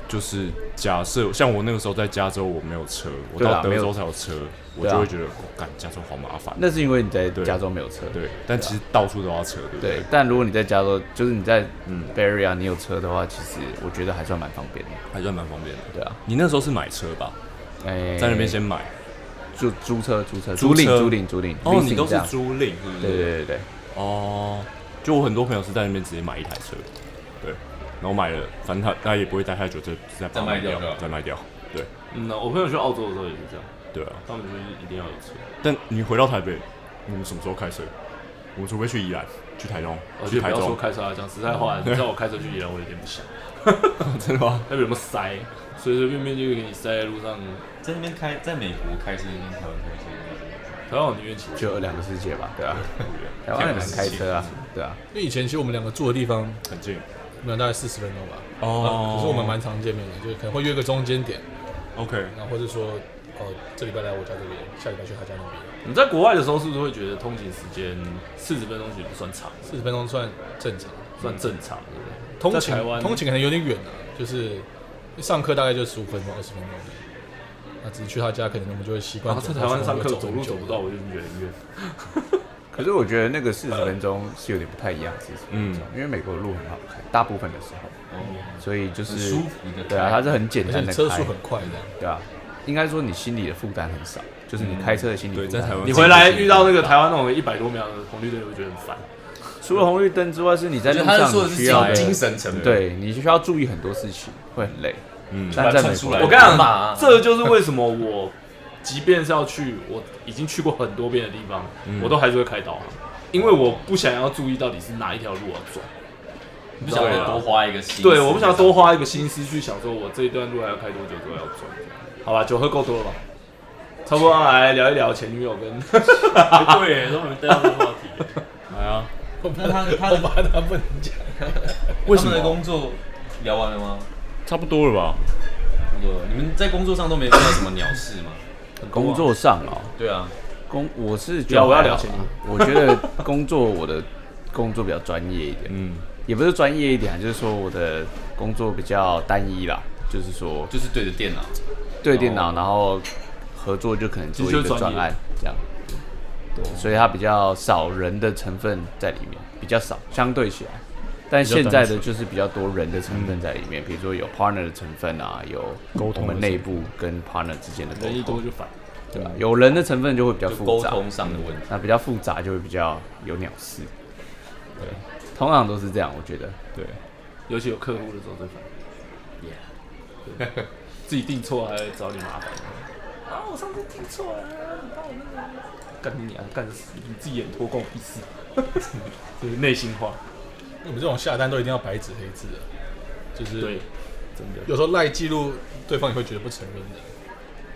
Speaker 2: 就是假设像我那个时候在加州，我没有车，我
Speaker 4: 对啊
Speaker 2: 到德
Speaker 4: 没有
Speaker 2: 州才有车，我
Speaker 4: 对啊
Speaker 2: 就会觉得，我干、加州好麻烦。
Speaker 4: 那是因为你在
Speaker 2: 对
Speaker 4: 加州没有车。
Speaker 2: 对，但其实到处都要车，对不
Speaker 4: 对
Speaker 2: 对？，
Speaker 4: 但如果你在加州，就是你在
Speaker 2: 嗯
Speaker 4: b a r r y 啊，你有车的话，其实我觉得还算蛮方便的。
Speaker 2: 还算蛮方便的。
Speaker 4: 对啊，
Speaker 2: 你那时候是买车吧？
Speaker 4: 哎
Speaker 2: 在那边先买。
Speaker 4: 租租车、租车、
Speaker 2: 租
Speaker 4: 租赁、
Speaker 2: 车
Speaker 4: 租赁、租赁。
Speaker 2: 哦，你都
Speaker 4: leasing
Speaker 2: 是
Speaker 4: 这样
Speaker 2: 租赁，是不是？
Speaker 4: 对对对对，
Speaker 2: 哦，就我很多朋友是在那边直接买一台车，对，然后买了，反正他他也不会待太久，就再把它
Speaker 1: 再卖掉
Speaker 2: 再卖掉。对
Speaker 6: 嗯，我朋友去澳洲的时候也是这样，
Speaker 2: 对啊，
Speaker 6: 他们就是一定要有车，
Speaker 2: 但你回到台北，你们什么时候开车？我们除非去宜兰、去台中、
Speaker 6: 我
Speaker 2: 去
Speaker 6: 哦就不
Speaker 2: 台
Speaker 6: 要说
Speaker 2: 中，
Speaker 6: 开车啊，讲实在话，你叫我开车去宜兰，我有点不想，
Speaker 2: 真
Speaker 6: (laughs)
Speaker 2: 的吗？
Speaker 6: 那边有没有塞？随随便便就给你塞在路上，
Speaker 1: 在那边开，在美国开车跟台湾开车，
Speaker 6: 台湾我宁愿骑车。
Speaker 4: 就两个世界吧，对啊，台湾很难开车 (laughs) 啊，对啊，
Speaker 5: 因为以前其实我们两个住的地方，
Speaker 2: 很近
Speaker 5: 没有大概四十分钟吧。
Speaker 2: 哦
Speaker 5: 可是我们蛮常见面的，就是可能会约个中间点，
Speaker 2: OK，
Speaker 5: 然后或者说，哦，这礼拜来我家这边，下礼拜去他家那边，
Speaker 6: 你在国外的时候是不是会觉得通勤时间四十分钟其实不算长，
Speaker 5: 四十分钟算正常。
Speaker 6: 算正常，对不对？
Speaker 5: 通
Speaker 6: 在台
Speaker 5: 勤
Speaker 6: 湾
Speaker 5: 通勤可能有点远啊，就是上课大概就十五分钟、二十分钟而已。那只是去他家，可能我们就会习惯
Speaker 6: 然
Speaker 5: 走
Speaker 6: 后
Speaker 5: 路。
Speaker 6: 哦在台湾上课
Speaker 5: 走
Speaker 6: 走路走不到，我就觉得很远。
Speaker 4: 可是我觉得那个四十分钟是有点不太一样，四十分钟，因为美国的路很好开，大部分的时候，
Speaker 1: 哦，
Speaker 4: 所以就是
Speaker 1: 很舒服的开
Speaker 4: 对啊，它是很简
Speaker 5: 而且
Speaker 4: 单
Speaker 5: 你
Speaker 4: 的
Speaker 5: 车
Speaker 4: 开
Speaker 5: 速，很快这样。
Speaker 4: 对啊，应该说你心里的负担很少，就是你开车的心理
Speaker 2: 对
Speaker 4: 负担
Speaker 2: 在台湾
Speaker 4: 很
Speaker 6: 你
Speaker 4: 少
Speaker 6: 回来遇到那个台湾那种一百多秒的红绿灯，你会觉得很烦。
Speaker 4: 除了红绿灯之外，是你在
Speaker 1: 我觉
Speaker 4: 路
Speaker 1: 得他是
Speaker 4: 上
Speaker 1: 说的
Speaker 4: 你
Speaker 1: 是
Speaker 4: 需要的
Speaker 1: 精精神层面，，
Speaker 4: 对你需要注意很多事情，会很累。
Speaker 2: 嗯
Speaker 4: 但在
Speaker 1: 把它
Speaker 4: 美
Speaker 1: 串出
Speaker 4: 国
Speaker 1: 来
Speaker 6: 我跟你
Speaker 1: 骂啊
Speaker 6: 讲，这就是为什么我即便是要去我已经去过很多遍的地方，我都还是会开导航，因为我不想要注意到底是哪一条路我要转。
Speaker 1: 不想要多花一个心思，
Speaker 6: 对，我不想要多花一个心思去想说我这一段路还要开多久之后要转。好吧，酒喝够多了吧？差不多来聊一聊前女友跟
Speaker 2: 对，都没带到话题。 (laughs) 来啊，
Speaker 1: 那他他的
Speaker 5: 他他不能讲，
Speaker 2: 为
Speaker 1: 为
Speaker 2: 什
Speaker 1: 什
Speaker 2: 么
Speaker 1: 么的工作聊完了吗？
Speaker 2: 差不多了吧？
Speaker 1: 工作，你们在工作上都没遇到什么鸟事吗？啊
Speaker 4: 工作上哦，
Speaker 1: 对啊，
Speaker 4: 工我是
Speaker 6: 不
Speaker 4: 觉
Speaker 6: 要
Speaker 4: 得
Speaker 6: 我要
Speaker 4: 还
Speaker 6: 聊
Speaker 4: 好
Speaker 6: 钱
Speaker 4: 啦 (laughs) 我觉得工作我的工作比较专业一点，
Speaker 2: 嗯，
Speaker 4: 也不是专业一点啊，就是说我的工作比较单一啦，就是说
Speaker 1: 就是对着电脑，
Speaker 4: 对电脑，然后合作就可能做一
Speaker 6: 其
Speaker 4: 个
Speaker 6: 实就是专
Speaker 4: 专
Speaker 6: 业
Speaker 4: 案这样。对，所以它比较少人的成分在里面，比较少，相对起来。但现在的就是比较多人的成分在里面，比如说有 partner 的成分啊，有沟通我们内部跟 partner 之间的沟
Speaker 6: 人一
Speaker 4: 通
Speaker 6: 多，就烦。
Speaker 4: 对吧、有人的成分就会比较
Speaker 1: 就
Speaker 4: 复
Speaker 1: 沟
Speaker 4: 杂，
Speaker 1: 通上的问题。
Speaker 4: 那比较复杂就会比较有鸟事。对，通常都是这样，我觉得。
Speaker 2: 对，
Speaker 6: 尤其有客户的时候最烦。对 (laughs) 自己订错还找你麻烦。啊，我上次订错了，你帮我那个。干你娘，干死你！自己眼脱光屁 (laughs) 事。这是内心话。
Speaker 5: 我们这种下单都一定要白纸黑字的，就是
Speaker 6: 对，真的。
Speaker 5: 有时候赖记录，对方也会觉得不承认的。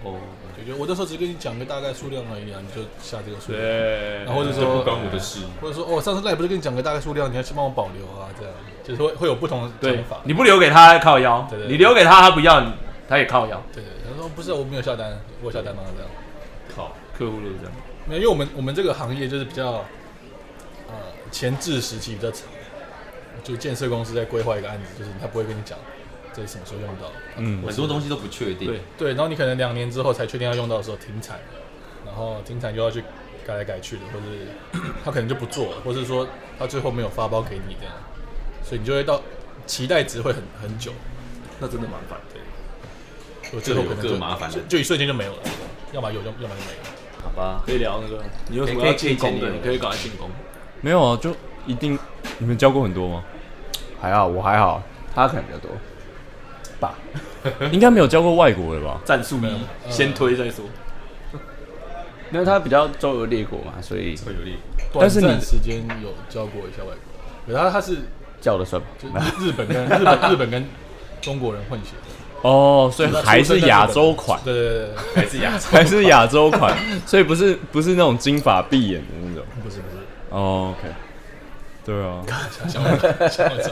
Speaker 6: 哦，
Speaker 5: 就觉得我那时候只跟你讲个大概数量而已啊，你就下这个数量，
Speaker 6: 对。
Speaker 5: 然后就
Speaker 1: 这不
Speaker 5: 说，
Speaker 1: 关我的事，
Speaker 5: 或者说哦，上次赖不是跟你讲个大概数量，你要去帮我保留啊，这样就是会会有不同的
Speaker 6: 对
Speaker 5: 讲法，。
Speaker 6: 你不留给他他靠腰
Speaker 5: 对对，对
Speaker 6: 你留给他他不要，你他也靠腰。
Speaker 5: 对对，他说不是，我没有下单，我有下单吗？这样，
Speaker 6: 靠，客户就是这样。
Speaker 5: 没有，因为我们我们这个行业就是比较，呃，前置时期比较长，就建设公司在规划一个案子，就是他不会跟你讲这是什么时候用到，
Speaker 2: 嗯，
Speaker 1: 很多东西都不确定。
Speaker 6: 对，
Speaker 5: 对，然后你可能两年之后才确定要用到的时候停产，然后停产又要去改来改去的，或者 (clears throat) 他可能就不做了，或是说他最后没有发包给你这样，所以你就会到期待值会很很久，
Speaker 6: 那真的蛮烦的。
Speaker 5: 我最后可能
Speaker 1: 各有
Speaker 5: 就
Speaker 1: 各麻烦的
Speaker 5: 就就一瞬间就没有了，要么有用，要么就没有。
Speaker 1: 好吧，
Speaker 6: 可以聊那个，你有什么
Speaker 1: 可以
Speaker 6: 要
Speaker 1: 可以
Speaker 6: 进攻
Speaker 1: 可
Speaker 6: 的，
Speaker 1: 以建议
Speaker 6: 你可以搞来进攻。
Speaker 2: 没有啊，就一定你们教过很多吗？
Speaker 4: 还好我还好，他可能比较多吧。
Speaker 2: 应该没有教过外国的吧？
Speaker 6: 战术一，先推再说。
Speaker 4: 因为他比较周游列国嘛，所以
Speaker 1: 会有力。
Speaker 5: 短
Speaker 2: 是你
Speaker 5: 暂时间有教过一下外国，可是他他是
Speaker 4: 叫的算吧。
Speaker 5: 就日日本跟日本日本跟中国人混血的，
Speaker 2: 哦，所以 (laughs) 还是亚洲款，
Speaker 5: 对对对对，
Speaker 1: 还是亚洲。
Speaker 2: 还是亚洲款，所以不是不是那种金发碧眼的那种。
Speaker 5: 不是不是，
Speaker 2: 哦，OK，对啊，
Speaker 5: 想我想我走，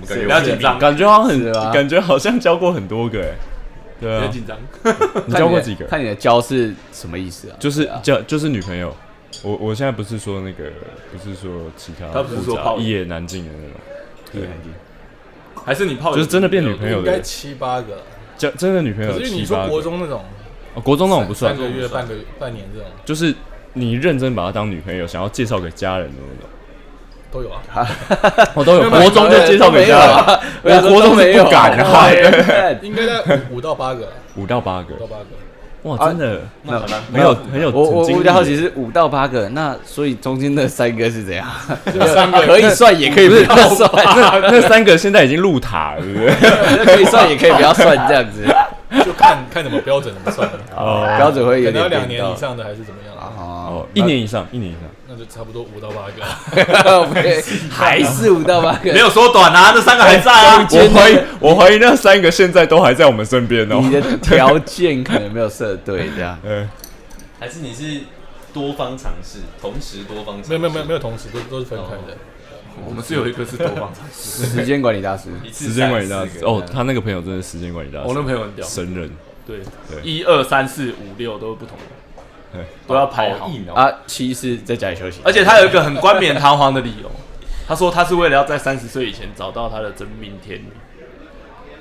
Speaker 1: 怎么感觉
Speaker 6: 不要紧张，
Speaker 2: 感觉好像很
Speaker 4: 是吧
Speaker 2: 感觉好像教过很多个哎。
Speaker 6: 不
Speaker 2: 对
Speaker 6: 要
Speaker 2: 啊，
Speaker 6: 紧张。
Speaker 2: 你教过
Speaker 4: 看
Speaker 2: 几
Speaker 4: 你的
Speaker 2: 个？
Speaker 4: 看你的教是什么意思啊？
Speaker 2: 就是交就是女朋友。我我现在不是说那个，不是说其他复杂，
Speaker 6: 他不是说泡
Speaker 2: 一言难尽的那种，对，
Speaker 6: 还是你泡友
Speaker 2: 啊就是真的变女朋友
Speaker 5: 应该
Speaker 2: 的，
Speaker 5: 七八个了，
Speaker 2: 交真的女朋友
Speaker 5: 可是因为
Speaker 2: 七
Speaker 5: 你说
Speaker 2: 八
Speaker 5: 国
Speaker 2: 个，
Speaker 5: 中那种
Speaker 2: 哦国中那种不算
Speaker 5: 三，个月、半个月、半年这种
Speaker 2: 就是你认真把她当女朋友，想要介绍给家人的那种。
Speaker 5: 都有啊，
Speaker 2: 我都有，国中就介绍给家人，
Speaker 4: (laughs) 没有啊
Speaker 2: 我国中是不敢
Speaker 4: 都
Speaker 2: 啊
Speaker 4: 没有啊
Speaker 5: 应该在五到八个啦，
Speaker 2: 五到八
Speaker 5: 五到
Speaker 2: 个，
Speaker 5: 八个。
Speaker 2: 哇，真的
Speaker 4: 那
Speaker 2: 很有很有
Speaker 4: 我我
Speaker 2: 很
Speaker 4: 我
Speaker 2: 经
Speaker 4: 比
Speaker 2: 历
Speaker 4: 较好奇是五到八个，那所以中间那三个是怎样？
Speaker 5: 三个
Speaker 4: (laughs) 可以算也可以不要
Speaker 2: (laughs)
Speaker 4: 算，
Speaker 2: 那那三个现在已经入塔了，对不对？
Speaker 4: (laughs) 可以算也可以不要算这样子，哦
Speaker 5: 就看 (laughs) 看怎么标准怎
Speaker 2: (laughs)
Speaker 5: 么算了，可
Speaker 4: 标准会有
Speaker 5: 能要
Speaker 4: 点
Speaker 5: 两
Speaker 4: 变
Speaker 5: 年
Speaker 4: 动
Speaker 5: 以上的还是怎么样啊？
Speaker 4: 哦
Speaker 2: 哦， (laughs) 一年以上，一年以上。
Speaker 5: 那就差不多五到八
Speaker 2: (laughs)
Speaker 5: 个。
Speaker 4: OK，还是五到八个，
Speaker 6: 没有缩短啊，这三个还在啊。
Speaker 2: 我怀疑，我怀疑那三个现在都还在我们身边哦。
Speaker 4: 你的条件可能没有设对，这样
Speaker 2: 嗯，
Speaker 1: 还是你是多方尝试，同时多方尝试。
Speaker 5: 没有没有没有没有同时，都都是分开
Speaker 2: 哦
Speaker 5: 的。
Speaker 6: 我们是有一个是多方 (laughs) 尝试，
Speaker 4: 时间管理大师。
Speaker 1: 一次
Speaker 2: 时间管理大
Speaker 1: 三
Speaker 2: 师
Speaker 1: 四个
Speaker 2: 哦，他那个朋友真的时间管理大
Speaker 6: 哦我那
Speaker 2: 师，
Speaker 6: 朋友很屌，
Speaker 2: 神人。
Speaker 6: 对
Speaker 2: 对，
Speaker 6: 一二三四五六都是不同的
Speaker 2: 对，
Speaker 6: 都要排好
Speaker 1: 疫。苗
Speaker 4: 啊，七是在家里休息，
Speaker 6: 而且他有一个很冠冕堂皇的理由，他说他是为了要在三十岁以前找到他的真命天女。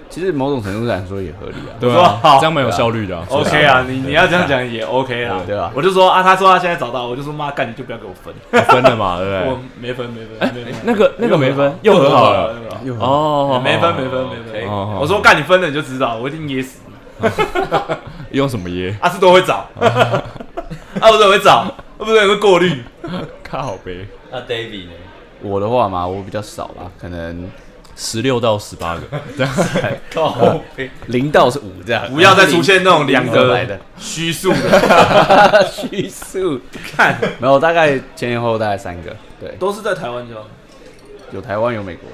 Speaker 4: 其实某种程度来说也合理啊。
Speaker 2: 对
Speaker 6: 我说
Speaker 2: 啊，
Speaker 6: 好
Speaker 2: 这样蛮有效率的啊。
Speaker 6: OK 啊，你你要这样讲也 OK 啊，
Speaker 4: 对啊
Speaker 6: 我就说啊，他说他现在找到，我就说妈干你就不要给我分，
Speaker 2: (laughs) 分了嘛，对不
Speaker 6: (laughs) 我
Speaker 2: 对？
Speaker 6: 没分没分没分，
Speaker 2: 那个那个没分，又和好了。
Speaker 6: 又和好
Speaker 2: 哦
Speaker 6: 了，没分没分没
Speaker 1: OK
Speaker 6: 分。
Speaker 2: 哦
Speaker 6: 我说干你分了你就知道，我一定噎死你。
Speaker 2: 用什么
Speaker 6: (laughs)
Speaker 2: 耶？
Speaker 6: 啊阿是都会找，阿不是会找，阿不是会过滤。
Speaker 2: 靠呗，
Speaker 1: 那 David 呢？
Speaker 4: 我的话嘛，我比较少吧，可能
Speaker 2: 十六到十八
Speaker 6: (laughs)
Speaker 2: 个， (laughs) 这样
Speaker 6: 哦
Speaker 1: 靠背，
Speaker 4: 零到是五这样。
Speaker 6: 哎不要再出现那种两
Speaker 4: 来
Speaker 6: 个
Speaker 4: 的
Speaker 6: 虚数的，
Speaker 4: (laughs) 虚数，
Speaker 6: 看
Speaker 4: 没有，大概前前后后大概三个，对，
Speaker 6: 都是在台湾教。
Speaker 4: 有台湾，有美国，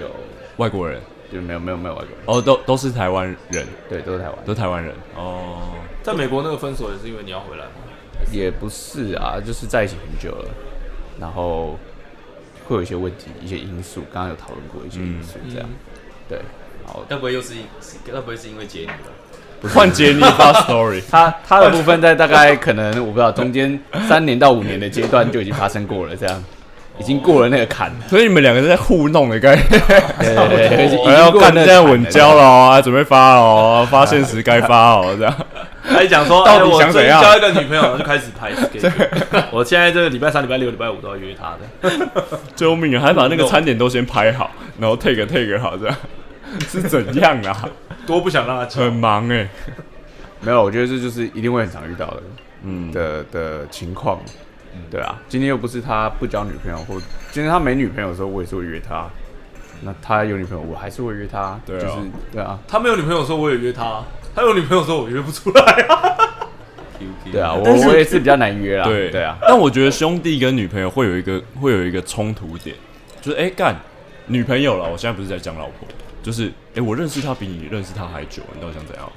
Speaker 4: 有
Speaker 2: 外国人
Speaker 4: 就没有没有没有外国人，
Speaker 2: 哦，都都是台湾人，
Speaker 4: 对，都是台湾，
Speaker 2: 都是台湾人哦。
Speaker 6: 在美国那个分手也是因为你要回来吗？
Speaker 4: 也不是啊，就是在一起很久了，然后会有一些问题，一些因素，刚刚有讨论过一些因
Speaker 6: 嗯
Speaker 4: 素，这样，对，然后
Speaker 1: 该不会又是因是该不会是因为杰尼吧？
Speaker 2: 换杰尼发 story，
Speaker 4: 他他的部分在大概可能我不知道
Speaker 2: (laughs)
Speaker 4: 中间三年到五年的阶段就已经发生过了，这样，已经过了那个坎
Speaker 2: (laughs)
Speaker 4: 了，
Speaker 2: 所以你们两个在互弄的 (laughs) 概念。
Speaker 4: 对对对，已经
Speaker 2: 我要
Speaker 4: 过了
Speaker 2: 干
Speaker 4: 那个
Speaker 2: 现在
Speaker 4: 坎
Speaker 2: 稳
Speaker 4: 了
Speaker 2: 交了哦，准备发了哦， (laughs) 发现时该发哦，这 (laughs) 样。
Speaker 6: 还讲说，
Speaker 2: 到
Speaker 6: 哎，
Speaker 2: 底
Speaker 6: 我
Speaker 2: 想
Speaker 6: 最
Speaker 2: 怎
Speaker 6: 近
Speaker 2: 样
Speaker 6: 交一个女朋友，然后就开始排 schedule。我 (laughs) 现在这个礼拜三、礼拜六、礼拜五都要约她的。
Speaker 2: 救命啊！还把那个餐点都先拍好，然后 take take 好这样，是怎样 (laughs) 啊？
Speaker 6: 多不想让他
Speaker 2: 很
Speaker 6: 请，
Speaker 2: 忙哎、
Speaker 4: 没有，我觉得这就是一定会很常遇到的，
Speaker 2: 嗯
Speaker 4: 嗯的的情况，对啊，今天又不是他不交女朋友，或今天他没女朋友的时候，我也是会约他，那他有女朋友，我还是会约他，
Speaker 2: 对啊
Speaker 4: 就是对啊，
Speaker 6: 他没有女朋友的时候我也约他，啊他有女朋友的时候我约不出来啊。
Speaker 4: 对啊，我我也是比较难约啦，
Speaker 2: 对
Speaker 4: 对啊，
Speaker 2: 但我觉得兄弟跟女朋友会有一个会有一个冲突点，就是哎干、女朋友了，我现在不是在讲老婆，就是哎、我认识她比你认识她还久，你到底想怎样？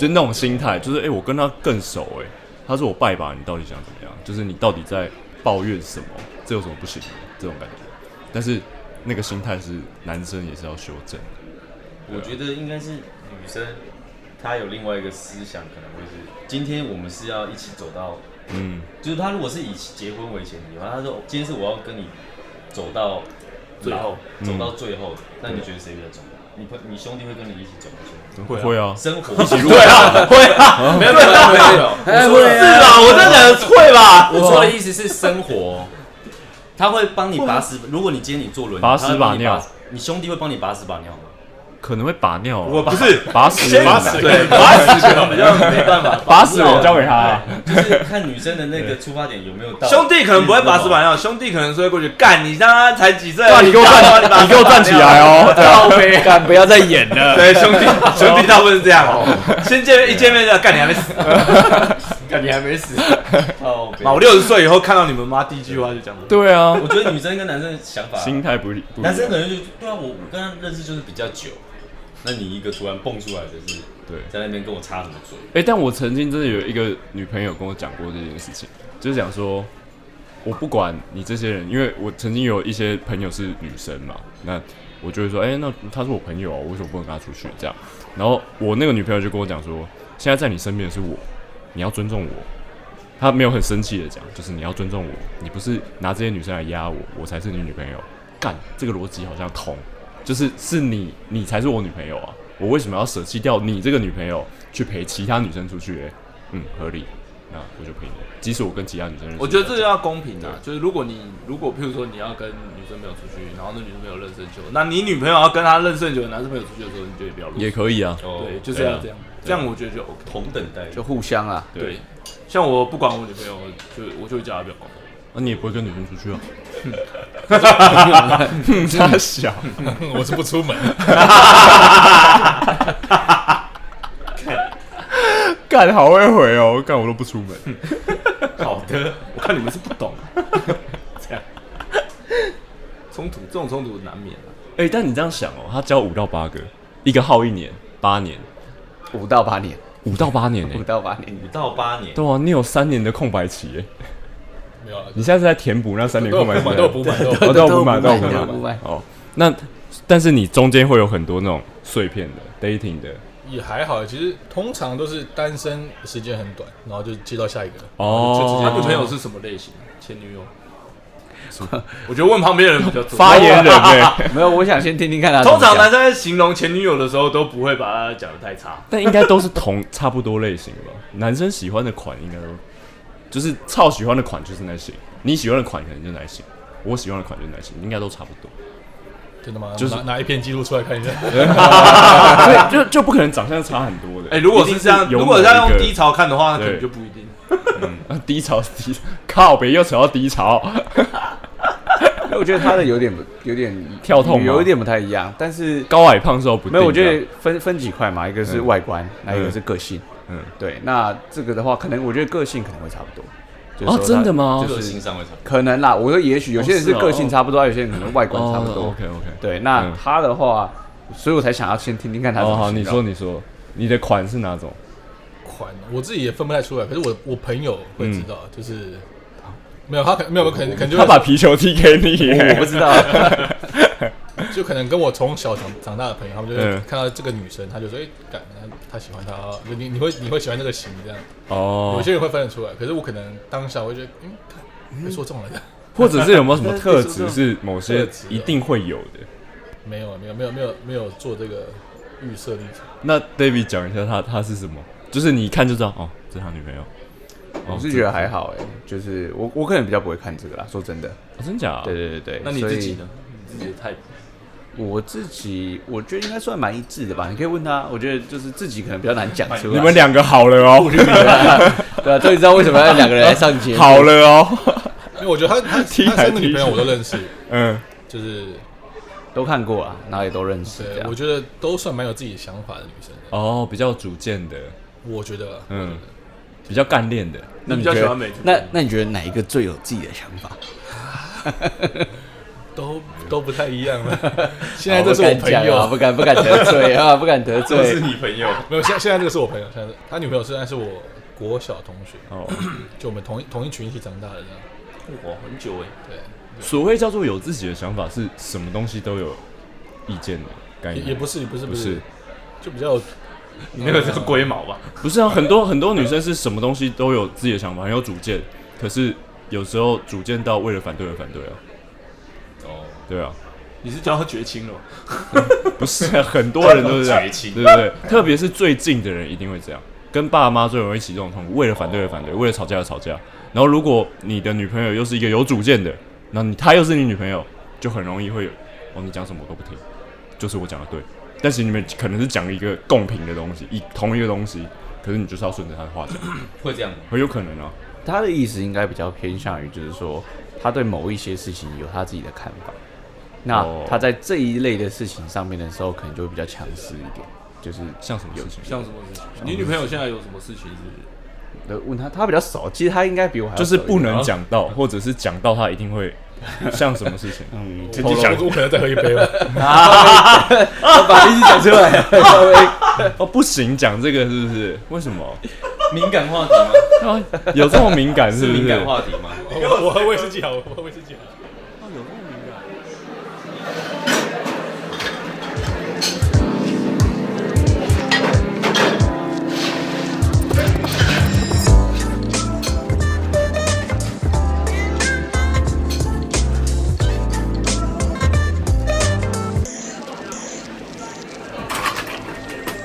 Speaker 2: 就那种心态，就是哎、我跟她更熟哎、她是我拜把，你到底想怎么样？就是你到底在抱怨什么？这有什么不行的？这种感觉，但是那个心态是男生也是要修正的。
Speaker 1: 我觉得应该是女生他有另外一个思想，可能会是今天我们是要一起走到，
Speaker 2: 嗯，
Speaker 1: 就是他如果是以结婚为前提的话，他说今天是我要跟你走到
Speaker 6: 最后
Speaker 1: 老走到最后，那你觉得谁比较重要？你朋你兄弟会跟你一起走到最后，
Speaker 2: 会会啊，
Speaker 1: 生活一起
Speaker 2: (laughs) 对啊，会啊，
Speaker 6: 没有没有没有没 (laughs) 有，
Speaker 4: 哎，会
Speaker 2: 是吧？我在讲 (laughs) 会吧，
Speaker 1: (laughs) 我说的意思是生活，他会帮你把屎。如果你今天你坐轮椅，
Speaker 2: 把
Speaker 1: 他
Speaker 2: 屎
Speaker 1: 会帮你
Speaker 2: 把尿，
Speaker 1: 你兄弟会帮你把屎把尿吗？
Speaker 2: 可能会把尿啊，
Speaker 6: (laughs)
Speaker 1: 不是，
Speaker 2: 把屎
Speaker 5: 把屎
Speaker 2: 对，
Speaker 1: 把屎可能比较没办法，
Speaker 2: 把屎我交给他啊，
Speaker 1: 就是看女生的那个出发点有没有到。
Speaker 6: 兄弟可能不会把屎把尿，兄弟可能是会过去干你，他妈才几岁，
Speaker 2: 哇，你给我站，你给我站起来
Speaker 6: (laughs)
Speaker 2: 哦，对啊， (laughs)
Speaker 4: 敢不要再演了。
Speaker 6: 对，兄弟 (laughs) 兄弟大部分是这样，先见面一见面就干你还没死， (laughs) 哦干你还没死。
Speaker 1: 靠北
Speaker 6: 妈，我六十岁以后看到你们妈第一句话就讲这个，
Speaker 2: 对 (laughs) 啊，
Speaker 1: 我觉得女生跟男生的想法，
Speaker 2: 心态不一不一
Speaker 1: 男
Speaker 2: 样，
Speaker 1: 生可能就对啊，我我跟他认识就是比较久，那你一个突然蹦出来就是
Speaker 2: 对。
Speaker 1: 在那边跟我插什么嘴？
Speaker 2: 哎、但我曾经真的有一个女朋友跟我讲过这件事情，就是讲说，我不管你这些人，因为我曾经有一些朋友是女生嘛，那我就会说，哎、那她是我朋友啊，我为什么不能跟她出去？这样，然后我那个女朋友就跟我讲说，现在在你身边的是我，你要尊重我。她没有很生气的讲，就是你要尊重我，你不是拿这些女生来压我，我才是你女朋友。干，这个逻辑好像通，就是是你，你才是我女朋友啊！我为什么要舍弃掉你这个女朋友去陪其他女生出去、欸？嗯，合理。那我就陪你，即使我跟其他女生认识，
Speaker 6: 我觉得这就要公平啊，就是如果你如果譬如说你要跟女生朋友出去，然后那女生朋友认识很久，那你女朋友要跟她认识很久的男生朋友出去的时候，你就也不要录，
Speaker 2: 也可以啊。
Speaker 1: 哦
Speaker 6: 对，就是要这样，这样我觉得就 OK。
Speaker 1: 同等待遇
Speaker 4: 就。互相啊，
Speaker 6: 对，像我不管我女朋友，就我就会叫她不要管我。
Speaker 2: 那、你也不会跟女生出去啊？
Speaker 4: 嗯
Speaker 2: 他小，
Speaker 5: 我是不出门，
Speaker 2: 干好会回哦，干我都不出门。
Speaker 6: 好的， (laughs) 我看你们是不懂，这样冲突这种冲突难免啊。
Speaker 2: 哎、但你这样想哦，他教五到八个，一个号一年，八年，
Speaker 4: 五到八年，
Speaker 2: 五到八年哎、 (laughs)
Speaker 4: 五到八年，
Speaker 1: 五到八年，
Speaker 2: 对啊，你有三年的空白期、欸，
Speaker 5: 没有啊，
Speaker 2: 你现在是在填补那三年
Speaker 5: 都有
Speaker 2: 空
Speaker 5: 补
Speaker 2: 白期
Speaker 5: 满，
Speaker 2: 在
Speaker 5: 都有补满，都有
Speaker 2: (laughs) 哦，都有补满，都
Speaker 4: 都
Speaker 5: 补满
Speaker 2: 有
Speaker 4: 有补满
Speaker 2: 补
Speaker 4: 都有补满
Speaker 2: 满。哦，那但是你中间会有很多那种碎片的 dating 的
Speaker 5: 也还好。其实通常都是单身时间很短，然后就接到下一个。
Speaker 6: 他
Speaker 2: 哦
Speaker 6: 女朋友是什么类型？前女友？ (laughs) 我觉得问旁边的人比较多。
Speaker 2: 发言人哎、
Speaker 4: (laughs) 没有，我想先听听看他怎么
Speaker 6: 通
Speaker 4: 讲。
Speaker 6: 常男生在形容前女友的时候，都不会把她讲的太差。
Speaker 2: 但应该都是同 (laughs) 差不多类型吧。男生喜欢的款应该都就是超喜欢的款就是那型，你喜欢的款可能就那型，我喜欢的款就是那型，应该都差不多。
Speaker 5: 真的吗？
Speaker 2: 就是嗯
Speaker 5: 拿拿一篇记录出来看一下。
Speaker 2: (laughs) 对，就就不可能长相差很多的。
Speaker 6: 哎，如果是这样，如果要用低潮看的话，那可能
Speaker 2: 对
Speaker 6: 就不一定。
Speaker 2: 啊低潮低靠北又扯到低潮，
Speaker 4: 哎，我觉得他的有点不有点
Speaker 2: (laughs) 跳痛吗哦
Speaker 4: 有一点不太一样，但是
Speaker 2: 高矮胖瘦不定
Speaker 4: 没有，我觉
Speaker 2: 这样
Speaker 4: 得分分几块嘛，一个是外观，那一个是个性。
Speaker 2: 嗯
Speaker 4: 对，那这个的话，可能我觉得个性可能会差不多。就是
Speaker 2: 哦
Speaker 4: 说他
Speaker 2: 真的吗
Speaker 4: 就
Speaker 1: 个
Speaker 4: 是
Speaker 1: 性上会差不多
Speaker 4: 可能啦，我说也许有些人是
Speaker 2: 哦是哦哦
Speaker 4: 个性差不多，啊有些人可能外观差不多。
Speaker 2: OK OK，
Speaker 4: 对，那
Speaker 2: 嗯
Speaker 4: 他的话，所以我才想要先听听看他怎
Speaker 2: 哦
Speaker 4: 么
Speaker 2: 好，
Speaker 4: 形
Speaker 2: 你
Speaker 4: 容
Speaker 2: 说你说你的款是哪种？
Speaker 5: (laughs) 款，啊我自己也分不太出来，可是我我朋友会知道，就是没有他可没有可能可能就
Speaker 2: 嗯他把皮球踢给你
Speaker 4: (laughs)
Speaker 2: 耶，
Speaker 4: 我不知道，
Speaker 5: 就可能跟我从小长长大的朋友，他们就会
Speaker 2: 嗯
Speaker 5: 看到这个女生，他就说哎，感他他喜欢她啊，就你你会你会喜欢这个型这样，有
Speaker 2: 哦
Speaker 5: 些，人会分得出来，可是我可能当下我会觉得嗯，看被说中了的，
Speaker 2: 或者是有没有什么特质是某些
Speaker 5: 特质哦
Speaker 2: 一定会
Speaker 4: (laughs)
Speaker 2: 有的？
Speaker 5: 没有没有没有没有没有做这个预设立场，
Speaker 2: 那 David 讲一下他他是什么？就是你一看就知道哦，这是他女朋友。哦
Speaker 4: 我是觉得还好哎，就是我我可能比较不会看这个啦，说真的。
Speaker 2: 哦真假？
Speaker 4: 对，对对对，
Speaker 6: 那你自己
Speaker 4: 所
Speaker 6: 呢？你自己的 type？
Speaker 4: 以？我自己我觉得应该算蛮一致的吧，你可以问他，我觉得就是自己可能比较难讲出来。
Speaker 2: 你们两个好了哦，
Speaker 4: (laughs) 对啊，终于知道为什么要两个人来上节
Speaker 2: (laughs)
Speaker 4: 目。
Speaker 2: 好了
Speaker 4: (laughs)
Speaker 2: 哦，
Speaker 5: 因为我觉得他他
Speaker 2: (laughs) 踢
Speaker 5: 他
Speaker 2: 来
Speaker 5: 三个
Speaker 2: 踢
Speaker 5: 女朋友
Speaker 2: 去
Speaker 5: 我都认识，
Speaker 2: (laughs) 嗯，
Speaker 5: 就是
Speaker 4: 都看过啊，然后也都认识这
Speaker 5: 对，
Speaker 4: 样
Speaker 5: 我。觉得都算蛮有自己想法的女生的，
Speaker 2: 哦，比较有主见的，
Speaker 5: 我觉得啊
Speaker 2: 嗯，比较干练的，
Speaker 4: 那
Speaker 6: 你比
Speaker 4: 你
Speaker 6: 较
Speaker 4: 觉
Speaker 6: 喜欢
Speaker 4: 得
Speaker 6: 美图？
Speaker 4: 那那你觉得哪一个最有自己的想法？
Speaker 5: 都都不太一样了，
Speaker 4: (laughs)
Speaker 5: 现在这是我朋
Speaker 4: 好不敢
Speaker 5: 友
Speaker 4: 讲啊不敢不敢得罪啊，不敢得 (laughs)
Speaker 1: 都
Speaker 4: 罪。
Speaker 1: 是你朋友，
Speaker 5: 没有，现在现在这个是我朋友，现在是他女朋友现在是我国小同学，
Speaker 2: 哦，
Speaker 5: (clears throat) 就我们同一同一群一起长大的这样。
Speaker 6: 哇，很久哎。
Speaker 5: 对，
Speaker 2: 所谓叫做有自己的想法，是什么东西都有意见的概
Speaker 5: 也也
Speaker 2: 念，
Speaker 5: 哎不是，也不是，
Speaker 2: 不
Speaker 5: 不是
Speaker 2: 是，
Speaker 5: 就比较有
Speaker 6: 你那个叫龟毛吧？
Speaker 2: 不是啊，很多很多女生是什么东西都有自己的想法，很有主见，可是有时候主见到为了反对而反对啊。
Speaker 5: 哦，
Speaker 2: 对啊，
Speaker 6: 你是叫他绝情了吗？
Speaker 2: 不
Speaker 1: (laughs)
Speaker 2: 是、啊、很多人都是这样
Speaker 6: 绝，情
Speaker 2: 对不对？特别是最近的人一定会这样，跟爸妈最容易起这种冲突，为了反对而反对，为了吵架而吵架。然后如果你的女朋友又是一个有主见的，然后你她又是你女朋友，就很容易会有哦，你讲什么我都不听，就是我讲的对，但是你们可能是讲一个共平的东西，一同一个东西，可是你就是要顺着他的话讲，
Speaker 1: (coughs) 会这样吗？
Speaker 2: 很有可能啊。
Speaker 4: 他的意思应该比较偏向于，就是说他对某一些事情有他自己的看法。那
Speaker 2: 哦
Speaker 4: 他在这一类的事情上面的时候，可能就会比较强势一点。就是
Speaker 2: 像什么事情？
Speaker 6: 像什么事情？你女朋友现在有什么事情是
Speaker 4: 呃问他，他比较熟，其实他应该比我还要
Speaker 2: 就是
Speaker 4: 熟一
Speaker 2: 不
Speaker 4: 点
Speaker 2: 能讲到，或者是讲到他一定会像什么事
Speaker 1: (laughs)
Speaker 2: 情？
Speaker 4: 嗯，
Speaker 5: 我我我可能再喝一杯吧。
Speaker 4: 我把名字讲出来，稍微
Speaker 2: 哦，不行，讲这个是不是？为什么？
Speaker 1: 敏感话题吗？
Speaker 2: (laughs) 有这么敏感是
Speaker 1: 是
Speaker 2: 不是？
Speaker 1: 敏感话题吗？
Speaker 5: 我我喝威士忌好，我喝威士忌好。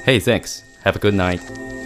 Speaker 7: Hey, thanks. Have a good night.